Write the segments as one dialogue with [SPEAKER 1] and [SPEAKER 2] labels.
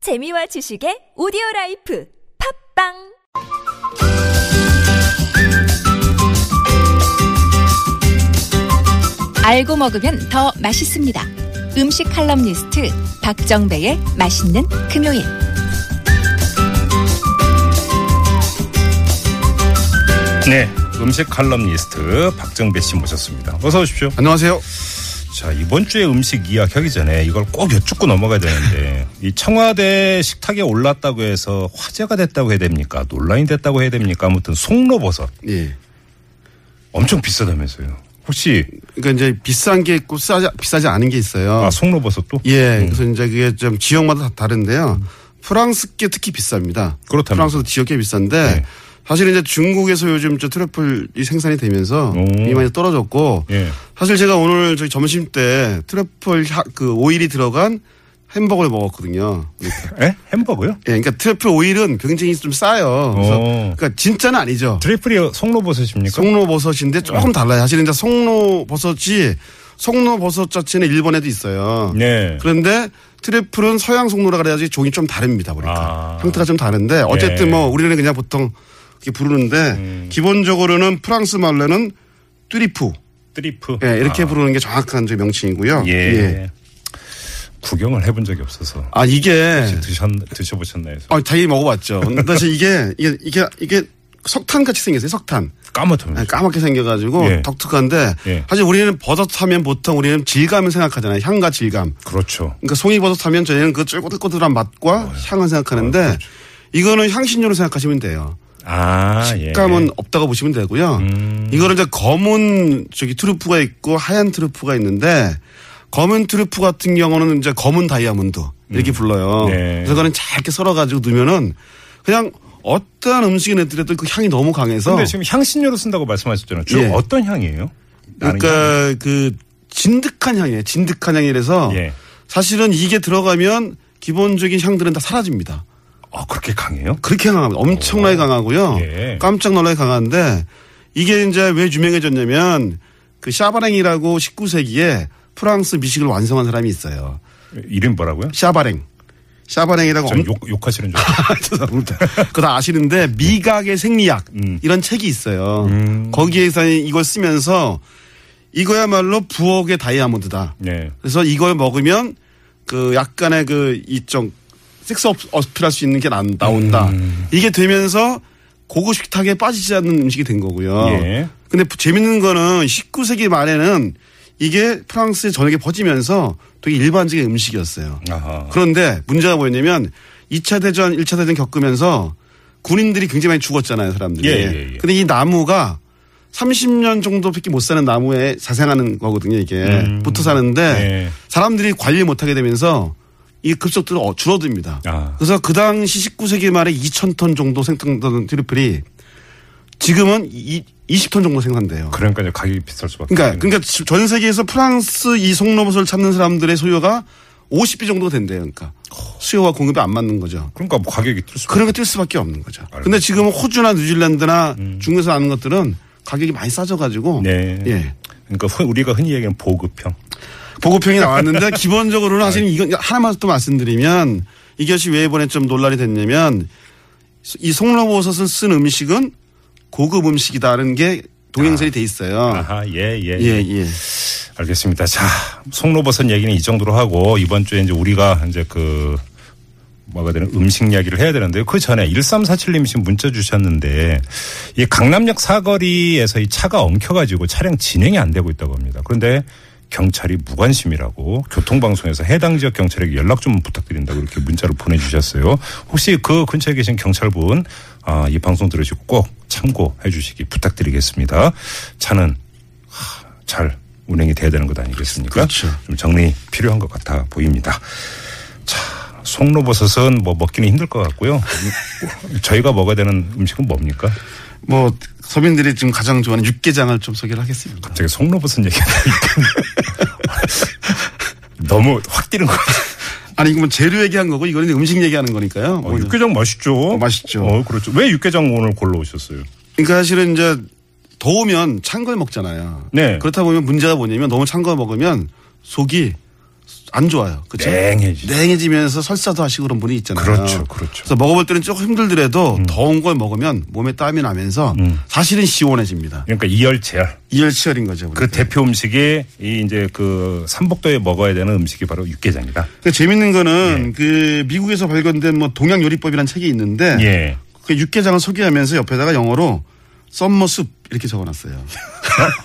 [SPEAKER 1] 재미와 지식의 오디오 라이프 팝빵
[SPEAKER 2] 알고 먹으면 더 맛있습니다. 음식 칼럼니스트 박정배의 맛있는 금요일.
[SPEAKER 3] 네, 음식 칼럼니스트 박정배 씨 모셨습니다. 어서 오십시오.
[SPEAKER 4] 안녕하세요.
[SPEAKER 3] 자, 이번 주에 음식 이야기하기 전에 이걸 꼭 여쭙고 넘어가야 되는데 이 청와대 식탁에 올랐다고 해서 화제가 됐다고 해야 됩니까? 논란이 됐다고 해야 됩니까? 아무튼 송로버섯
[SPEAKER 4] 예.
[SPEAKER 3] 엄청 비싸다면서요. 혹시
[SPEAKER 4] 그러니까 이제 비싼 게 있고 싸지, 비싸지 않은 게 있어요.
[SPEAKER 3] 아 음. 송로버섯도?
[SPEAKER 4] 예. 그래서 이제 그게 좀 지역마다 다 다른데요. 프랑스께 특히 비쌉니다.
[SPEAKER 3] 음. 그렇다면서요.
[SPEAKER 4] 프랑스도 지역계 비싼데
[SPEAKER 3] 네.
[SPEAKER 4] 사실 이제 중국에서 요즘 저 트러플이 생산이 되면서
[SPEAKER 3] 오.
[SPEAKER 4] 이미 많이 떨어졌고
[SPEAKER 3] 예.
[SPEAKER 4] 사실 제가 오늘 저희 점심 때 트러플 하- 그 오일이 들어간 햄버거를 먹었거든요.
[SPEAKER 3] 에? 햄버거요?
[SPEAKER 4] 예, 그러니까 트러플 오일은 굉장히 좀 싸요. 그래서
[SPEAKER 3] 오.
[SPEAKER 4] 그러니까 진짜는 아니죠.
[SPEAKER 3] 트리플이 송로버섯입니까? 네.
[SPEAKER 4] 송로버섯인데 조금 달라요. 사실 이제 송로버섯이 송로버섯 자체는 일본에도 있어요.
[SPEAKER 3] 네.
[SPEAKER 4] 그런데 트래플은 서양 송로라 그래야지 종이 좀 다릅니다. 보니까
[SPEAKER 3] 아.
[SPEAKER 4] 형태가 좀 다른데 어쨌든
[SPEAKER 3] 네.
[SPEAKER 4] 뭐 우리는 그냥 보통 이렇게 부르는데
[SPEAKER 3] 음.
[SPEAKER 4] 기본적으로는 프랑스 말로는 뚜리프
[SPEAKER 3] 트리프.
[SPEAKER 4] 예, 이렇게
[SPEAKER 3] 아,
[SPEAKER 4] 부르는 게 정확한 저 명칭이고요.
[SPEAKER 3] 예.
[SPEAKER 4] 예.
[SPEAKER 3] 구경을 해본 적이 없어서
[SPEAKER 4] 아 이게
[SPEAKER 3] 드셨 드셔보셨나요?
[SPEAKER 4] 아, 자기 먹어봤죠. 근데 사실 이게 이게 이게 이게 석탄 같이 생겼어요. 석탄.
[SPEAKER 3] 까맣다면서.
[SPEAKER 4] 아니, 까맣게 생겨가지고
[SPEAKER 3] 예.
[SPEAKER 4] 독특한데
[SPEAKER 3] 예.
[SPEAKER 4] 사실 우리는 버섯 하면 보통 우리는 질감을 생각하잖아요. 향과 질감.
[SPEAKER 3] 그렇죠.
[SPEAKER 4] 그러니까 송이버섯 하면 저희는 그 쫄꼬들꼬들한 맛과
[SPEAKER 3] 어, 예.
[SPEAKER 4] 향을 생각하는데
[SPEAKER 3] 그렇죠.
[SPEAKER 4] 이거는 향신료로 생각하시면 돼요.
[SPEAKER 3] 아
[SPEAKER 4] 식감은
[SPEAKER 3] 예. 음.
[SPEAKER 4] 없다고 보시면 되고요. 이거를 이제 검은 저기 트루프가 있고 하얀 트루프가 있는데 검은 트루프 같은 경우는 이제 검은 다이아몬드 이렇게 불러요.
[SPEAKER 3] 네.
[SPEAKER 4] 그래서 그는 잘게 썰어가지고 넣으면은 그냥 어떠한 음식에 넣더라도 그 향이 너무 강해서
[SPEAKER 3] 근데 지금 향신료로 쓴다고 말씀하셨잖아요. 주로
[SPEAKER 4] 예.
[SPEAKER 3] 어떤 향이에요? 나는 향?
[SPEAKER 4] 그러니까 그 진득한 향이에요. 진득한 향이라서
[SPEAKER 3] 예.
[SPEAKER 4] 사실은 이게 들어가면 기본적인 향들은 다 사라집니다.
[SPEAKER 3] 아 그렇게 강해요?
[SPEAKER 4] 그렇게 강합니다. 엄청나게 강하고요.
[SPEAKER 3] 어. 예.
[SPEAKER 4] 깜짝 놀라게 강한데 이게 이제 왜 유명해졌냐면 그 샤바랭이라고 19세기에 프랑스 미식을 완성한 사람이 있어요.
[SPEAKER 3] 이름 뭐라고요?
[SPEAKER 4] 샤바랭. 샤바랭이라고
[SPEAKER 3] 저
[SPEAKER 4] 엄-
[SPEAKER 3] 욕, 욕하시는 줄 알았어요.
[SPEAKER 4] 죄송합니다. 그거 다 아시는데 미각의 생리학
[SPEAKER 3] 음.
[SPEAKER 4] 이런 책이 있어요. 거기에서 이걸 쓰면서 이거야말로 부엌의 다이아몬드다.
[SPEAKER 3] 네.
[SPEAKER 4] 그래서 이걸 먹으면 그 약간의 그 이쪽 섹스 업- 어필할 수 있는 게 나- 나온다.
[SPEAKER 3] 음.
[SPEAKER 4] 이게 되면서 고급 식탁에 빠지지 않는 음식이 된 거고요.
[SPEAKER 3] 예.
[SPEAKER 4] 근데 재밌는 거는 19세기 말에는 이게 프랑스에 전역에 퍼지면서 되게 일반적인 음식이었어요.
[SPEAKER 3] 아하.
[SPEAKER 4] 그런데 문제가 뭐였냐면 2차 대전, 1차 대전 겪으면서 군인들이 굉장히 많이 죽었잖아요, 사람들이.
[SPEAKER 3] 예, 예, 예.
[SPEAKER 4] 근데 이 나무가 30년 정도밖에 못 사는 나무에 자생하는 거거든요, 이게. 붙어 사는데
[SPEAKER 3] 음, 예.
[SPEAKER 4] 사람들이 관리 못 하게 되면서 이 급속도로 어- 줄어듭니다.
[SPEAKER 3] 아.
[SPEAKER 4] 그래서 그 당시 19세기 말에 2,000톤 정도 생산되던 트리플이 지금은 이, 20톤 정도 생산돼요.
[SPEAKER 3] 그러니까 이제 가격이 비쌀 수밖에.
[SPEAKER 4] 그러니까
[SPEAKER 3] 없겠네요.
[SPEAKER 4] 그러니까 지- 전 세계에서 프랑스 이 송로버섯을 찾는 사람들의 소요가 50배 정도 된대요. 그러니까 수요와 공급이 안 맞는 거죠.
[SPEAKER 3] 그러니까 뭐 가격이 뛸 수밖에.
[SPEAKER 4] 그러면 뛸 수밖에 없는 거죠. 근데
[SPEAKER 3] 알겠습니다. 음.
[SPEAKER 4] 지금 호주나 뉴질랜드나 중국에서 나는 것들은 가격이 많이 싸져가지고
[SPEAKER 3] 네.
[SPEAKER 4] 예.
[SPEAKER 3] 그러니까 흔- 우리가 흔히 얘기하는 보급형.
[SPEAKER 4] 보고평이 나왔는데 기본적으로는 사실 이건 하나만 또 말씀드리면 이것이 왜 이번에 좀 논란이 됐냐면 이 송로버섯을 쓴 음식은 고급 음식이다라는 게 동행설이 돼 있어요.
[SPEAKER 3] 아. 아하 예 예.
[SPEAKER 4] 예 예.
[SPEAKER 3] 알겠습니다. 자 송로버섯 얘기는 이 정도로 하고 이번 주에 이제 우리가 이제 그 뭐가 되는 음식 이야기를 해야 되는데요. 그 전에 1347님 지금 문자 주셨는데 이 강남역 사거리에서 이 차가 엉켜가지고 차량 진행이 안 되고 있다고 합니다. 그런데 경찰이 무관심이라고 교통방송에서 해당 지역 경찰에게 연락 좀 부탁드린다고 이렇게 문자로 보내주셨어요. 혹시 그 근처에 계신 경찰분 아, 이 방송 들으시고 꼭 참고해 주시기 부탁드리겠습니다. 차는 하, 잘 운행이 돼야 되는 것 아니겠습니까?
[SPEAKER 4] 그렇죠.
[SPEAKER 3] 좀 정리 필요한 것 같아 보입니다. 송로버섯은 뭐 먹기는 힘들 것 같고요. 저희가 먹어야 되는 음식은 뭡니까?
[SPEAKER 4] 뭐 서민들이 지금 가장 좋아하는 육개장을 좀 소개를 하겠습니다.
[SPEAKER 3] 갑자기 송로버섯 얘기가 너무 확 뛰는 것 같아요.
[SPEAKER 4] 아니 이건 뭐 재료 얘기한 거고 이거는 이제 음식 얘기하는 거니까요.
[SPEAKER 3] 어,
[SPEAKER 4] 뭐
[SPEAKER 3] 육개장 맛있죠.
[SPEAKER 4] 어, 맛있죠.
[SPEAKER 3] 어, 그렇죠. 왜 육개장 오늘 골라오셨어요?
[SPEAKER 4] 그러니까 사실은 이제 더우면 찬 걸 먹잖아요.
[SPEAKER 3] 네.
[SPEAKER 4] 그렇다 보면 문제가 뭐냐면 너무 찬 걸 먹으면 속이 안 좋아요. 그렇죠?
[SPEAKER 3] 냉해지죠.
[SPEAKER 4] 냉해지면서 설사도 하시고 그런 분이 있잖아요.
[SPEAKER 3] 그렇죠, 음. 그렇죠.
[SPEAKER 4] 그래서 먹어볼 때는 조금 힘들더라도 더운 걸 먹으면 몸에 땀이 나면서
[SPEAKER 3] 음.
[SPEAKER 4] 사실은 시원해집니다.
[SPEAKER 3] 그러니까 이열치열.
[SPEAKER 4] 이열치열인 거죠.
[SPEAKER 3] 그
[SPEAKER 4] 그러니까.
[SPEAKER 3] 대표 음식이 이 이제 그 삼복도에 먹어야 되는 음식이 바로 육개장이다.
[SPEAKER 4] 그 재밌는
[SPEAKER 3] 네.
[SPEAKER 4] 거는 그 미국에서 발견된 뭐 동양 요리법이라는 책이 있는데
[SPEAKER 3] 예.
[SPEAKER 4] 그 육개장을 소개하면서 옆에다가 영어로 썸머 숲 이렇게 적어놨어요.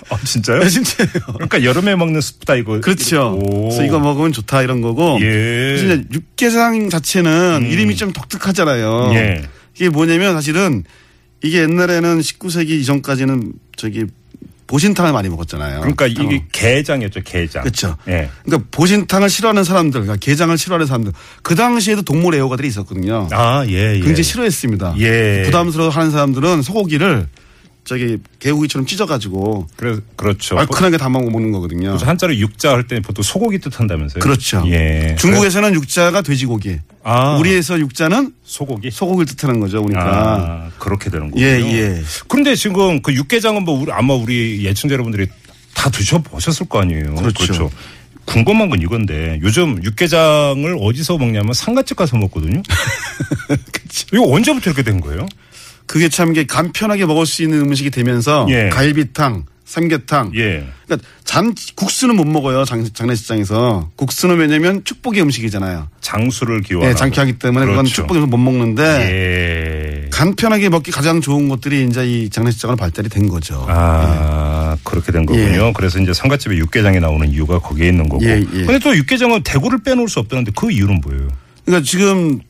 [SPEAKER 3] 어, 진짜요?
[SPEAKER 4] 진짜요?
[SPEAKER 3] 그러니까 여름에 먹는 숲다 이거.
[SPEAKER 4] 그렇죠.
[SPEAKER 3] 오.
[SPEAKER 4] 그래서 이거 먹으면 좋다 이런 거고.
[SPEAKER 3] 예.
[SPEAKER 4] 사실 이제 육개장 자체는 이름이 좀 독특하잖아요.
[SPEAKER 3] 예.
[SPEAKER 4] 이게 뭐냐면 사실은 이게 옛날에는 19세기 이전까지는 저기 보신탕을 많이 먹었잖아요.
[SPEAKER 3] 그러니까 이게 게장이었죠, 게장.
[SPEAKER 4] 어. 그렇죠.
[SPEAKER 3] 예.
[SPEAKER 4] 그러니까 보신탕을 싫어하는 사람들, 그러니까 게장을 싫어하는 사람들. 그 당시에도 동물 애호가들이 있었거든요.
[SPEAKER 3] 아, 예, 예.
[SPEAKER 4] 굉장히 싫어했습니다.
[SPEAKER 3] 예.
[SPEAKER 4] 부담스러워 하는 사람들은 소고기를 저기 개고기처럼 찢어가지고
[SPEAKER 3] 그래, 그렇죠.
[SPEAKER 4] 얼큰하게 담아 먹는 거거든요.
[SPEAKER 3] 그래서 한자로 육자 할 때는 보통 소고기 뜻한다면서요?
[SPEAKER 4] 그렇죠.
[SPEAKER 3] 예.
[SPEAKER 4] 중국에서는 육자가 돼지고기.
[SPEAKER 3] 아.
[SPEAKER 4] 우리에서 육자는
[SPEAKER 3] 소고기.
[SPEAKER 4] 소고기를 뜻하는 거죠. 그러니까.
[SPEAKER 3] 아, 그렇게 되는 거군요.
[SPEAKER 4] 예, 예.
[SPEAKER 3] 그런데 지금 그 육개장은 뭐 우리- 아마 우리 예청자 여러분들이 다 드셔보셨을 거 아니에요.
[SPEAKER 4] 그렇죠.
[SPEAKER 3] 궁금한 건 이건데 요즘 육개장을 어디서 먹냐면 상가집 가서 먹거든요. 이거 언제부터 이렇게 된 거예요?
[SPEAKER 4] 그게 참 이게 간편하게 먹을 수 있는 음식이 되면서
[SPEAKER 3] 예.
[SPEAKER 4] 갈비탕, 삼계탕.
[SPEAKER 3] 예.
[SPEAKER 4] 그러니까 잠 국수는 못 먹어요. 장, 장례식장에서. 국수는 왜냐면 축복의 음식이잖아요.
[SPEAKER 3] 장수를 기원.
[SPEAKER 4] 예, 장쾌하기 때문에 그건
[SPEAKER 3] 그렇죠.
[SPEAKER 4] 축복에서 못 먹는데
[SPEAKER 3] 예.
[SPEAKER 4] 간편하게 먹기 가장 좋은 것들이 이제 이 장례식장으로 발달이 된 거죠.
[SPEAKER 3] 아 그렇게 된 거군요. 그래서 이제 상가집에 육개장이 나오는 이유가 거기에 있는 거고.
[SPEAKER 4] 예, 예.
[SPEAKER 3] 근데 또 육개장은 대구를 빼놓을 수 없다는데 그 이유는 뭐예요?
[SPEAKER 4] 그러니까 지금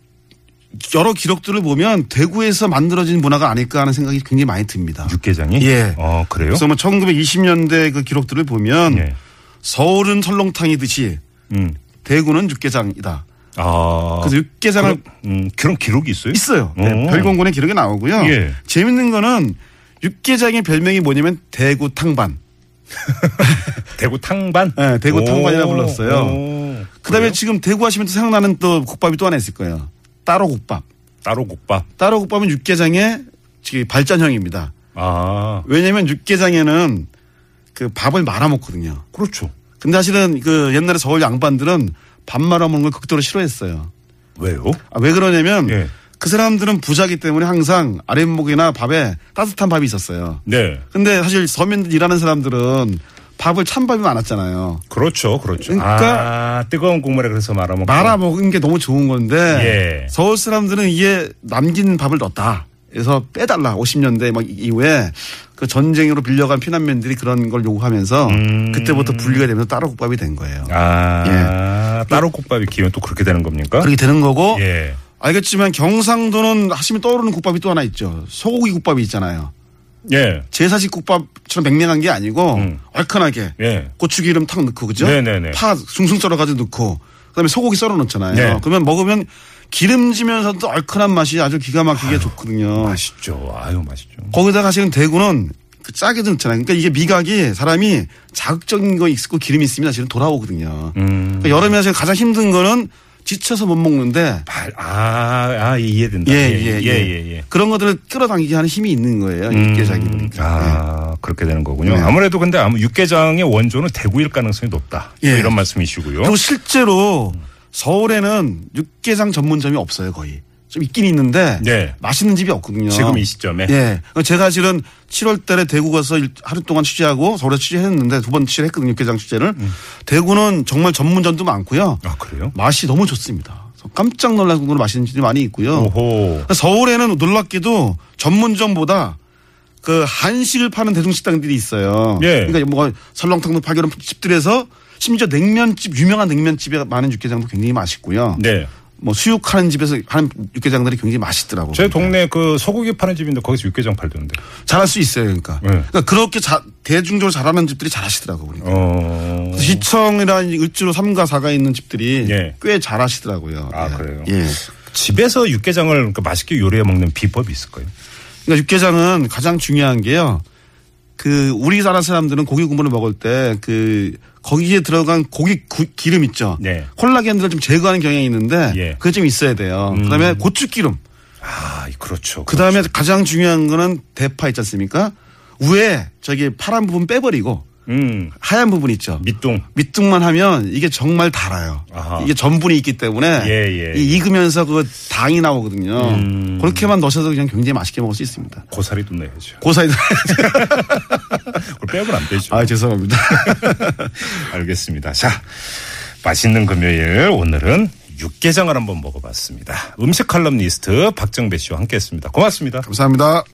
[SPEAKER 4] 여러 기록들을 보면 대구에서 만들어진 문화가 아닐까 하는 생각이 굉장히 많이 듭니다.
[SPEAKER 3] 육개장이?
[SPEAKER 4] 예.
[SPEAKER 3] 어 그래요?
[SPEAKER 4] 그래서 뭐 1920년대 그 기록들을 보면
[SPEAKER 3] 예.
[SPEAKER 4] 서울은 설렁탕이듯이
[SPEAKER 3] 음.
[SPEAKER 4] 대구는 육개장이다.
[SPEAKER 3] 아.
[SPEAKER 4] 그래서 육개장을
[SPEAKER 3] 그럼, 음, 그런 기록이 있어요?
[SPEAKER 4] 있어요. 네,
[SPEAKER 3] 오.
[SPEAKER 4] 별공군의 기록이 나오고요.
[SPEAKER 3] 예.
[SPEAKER 4] 재밌는 거는 육개장의 별명이 뭐냐면 대구 탕반.
[SPEAKER 3] 대구 탕반?
[SPEAKER 4] 네, 대구
[SPEAKER 3] 오.
[SPEAKER 4] 탕반이라 불렀어요.
[SPEAKER 3] 오.
[SPEAKER 4] 그다음에
[SPEAKER 3] 그래요?
[SPEAKER 4] 지금 대구 하시면 또 생각나는 또 국밥이 또 하나 있을 거예요. 따로 국밥.
[SPEAKER 3] 따로 국밥.
[SPEAKER 4] 따로 국밥은 육개장의 지금 발전형입니다.
[SPEAKER 3] 아.
[SPEAKER 4] 왜냐면 육개장에는 그 밥을 말아 먹거든요.
[SPEAKER 3] 그렇죠.
[SPEAKER 4] 근데 사실은 그 옛날에 서울 양반들은 밥 말아 먹는 걸 극도로 싫어했어요.
[SPEAKER 3] 왜요?
[SPEAKER 4] 아, 왜 그러냐면
[SPEAKER 3] 예.
[SPEAKER 4] 그 사람들은 부자기 때문에 항상 아랫목이나 밥에 따뜻한 밥이 있었어요.
[SPEAKER 3] 네.
[SPEAKER 4] 근데 사실 서민들 일하는 사람들은 밥을 찬밥이 많았잖아요.
[SPEAKER 3] 그렇죠. 그렇죠.
[SPEAKER 4] 그러니까-
[SPEAKER 3] 아, 뜨거운 국물에 그래서 말아먹고.
[SPEAKER 4] 말아 먹은 게 너무 좋은 건데
[SPEAKER 3] 예.
[SPEAKER 4] 서울 사람들은 이게 남긴 밥을 넣었다. 그래서 빼달라. 50년대 막 이후에 그 전쟁으로 빌려간 피난민들이 그런 걸 요구하면서
[SPEAKER 3] 음.
[SPEAKER 4] 그때부터 분리가 되면서 따로 국밥이 된 거예요.
[SPEAKER 3] 아. 따로 국밥이 기면 또 그렇게 되는 겁니까?
[SPEAKER 4] 그렇게 되는 거고
[SPEAKER 3] 예.
[SPEAKER 4] 알겠지만 경상도는 하시면 떠오르는 국밥이 또 하나 있죠. 소고기 국밥이 있잖아요.
[SPEAKER 3] 예.
[SPEAKER 4] 제사식 국밥처럼 맹맹한 게 아니고 얼큰하게
[SPEAKER 3] 음. 예.
[SPEAKER 4] 고추기름 탁 넣고 그죠?
[SPEAKER 3] 네네네.
[SPEAKER 4] 파 숭숭 썰어가지고 넣고 그다음에 소고기 썰어 넣잖아요.
[SPEAKER 3] 네.
[SPEAKER 4] 그러면 먹으면 기름지면서도 얼큰한 맛이 아주 기가 막히게 좋거든요.
[SPEAKER 3] 맛있죠. 아유, 맛있죠.
[SPEAKER 4] 거기다가 사실은 대구는 그 짜게 넣잖아요. 그러니까 이게 미각이 사람이 자극적인 거 있고 기름이 있으면 사실은 돌아오거든요.
[SPEAKER 3] 음.
[SPEAKER 4] 그러니까 여름에 사실 가장 힘든 거는 지쳐서 못 먹는데
[SPEAKER 3] 발, 아, 아, 이해된다.
[SPEAKER 4] 예, 예, 예,
[SPEAKER 3] 예, 예. 예.
[SPEAKER 4] 그런 것들을 끌어당기게 하는 힘이 있는 거예요. 육개장이 보니까.
[SPEAKER 3] 아, 그렇게 되는 거군요.
[SPEAKER 4] 네.
[SPEAKER 3] 아무래도 근데 아무 육개장의 원조는 대구일 가능성이 높다.
[SPEAKER 4] 예.
[SPEAKER 3] 이런 말씀이시고요.
[SPEAKER 4] 그리고 실제로 서울에는 육개장 전문점이 없어요 거의. 좀 있긴 있는데
[SPEAKER 3] 네.
[SPEAKER 4] 맛있는 집이 없거든요.
[SPEAKER 3] 지금 이 시점에?
[SPEAKER 4] 예. 제가 사실은 7월달에 대구 가서 일- 하루 동안 취재하고 서울에 취재했는데 두 번 취재했거든요 육개장 취재를. 대구는 정말 전문점도 많고요.
[SPEAKER 3] 음. 아, 그래요?
[SPEAKER 4] 맛이 너무 좋습니다. 그래서 깜짝 놀랄 정도로 맛있는 집이 많이 있고요.
[SPEAKER 3] 오호.
[SPEAKER 4] 서울에는 놀랍게도 전문점보다 그 한식을 파는 대중식당들이 있어요.
[SPEAKER 3] 예.
[SPEAKER 4] 그러니까 뭐 설렁탕도 팔고 이런 집들에서 심지어 냉면집 유명한 냉면집에 많은 육개장도 굉장히 맛있고요.
[SPEAKER 3] 네.
[SPEAKER 4] 뭐 수육하는 집에서 하는 육개장들이 굉장히 맛있더라고요.
[SPEAKER 3] 제 동네 그 소고기 파는 집인데 거기서 육개장 팔던데.
[SPEAKER 4] 잘할 수 있어요, 그러니까.
[SPEAKER 3] 네.
[SPEAKER 4] 그러니까 그렇게 자- 대중적으로 잘하는 집들이 잘하시더라고요. 그러니까.
[SPEAKER 3] 어.
[SPEAKER 4] 시청이라는 을지로 3가 4가 있는 집들이
[SPEAKER 3] 예.
[SPEAKER 4] 꽤 잘하시더라고요.
[SPEAKER 3] 아,
[SPEAKER 4] 예.
[SPEAKER 3] 그래요?
[SPEAKER 4] 예.
[SPEAKER 3] 집에서 육개장을 그러니까 맛있게 요리해 먹는 비법이 있을까요?
[SPEAKER 4] 그러니까 육개장은 가장 중요한 게요. 그 우리나라 사람들은 고기 국물을 먹을 때 그 거기에 들어간 고기 구- 기름 있죠.
[SPEAKER 3] 네.
[SPEAKER 4] 콜라겐들을 좀 제거하는 경향이 있는데
[SPEAKER 3] 예.
[SPEAKER 4] 그게 좀 있어야 돼요. 그다음에 고추기름.
[SPEAKER 3] 아, 그렇죠.
[SPEAKER 4] 그다음에 가장 중요한 거는 대파 있지 않습니까? 위에 저기 파란 부분 빼버리고
[SPEAKER 3] 음.
[SPEAKER 4] 하얀 부분 있죠.
[SPEAKER 3] 밑둥.
[SPEAKER 4] 밑둥만 하면 이게 정말 달아요.
[SPEAKER 3] 아하.
[SPEAKER 4] 이게 전분이 있기 때문에
[SPEAKER 3] 예, 음. 예.
[SPEAKER 4] 이 익으면서 그 당이 나오거든요. 그렇게만 넣으셔도 그냥 굉장히 맛있게 먹을 수 있습니다.
[SPEAKER 3] 고사리 도 내야죠.
[SPEAKER 4] 고사이드.
[SPEAKER 3] 그걸 빼고는 안 되죠.
[SPEAKER 4] 아 죄송합니다.
[SPEAKER 3] 알겠습니다. 자, 맛있는 금요일 오늘은 육개장을 한번 먹어봤습니다. 음식 칼럼니스트 박정배 씨와 함께했습니다. 고맙습니다.
[SPEAKER 4] 감사합니다.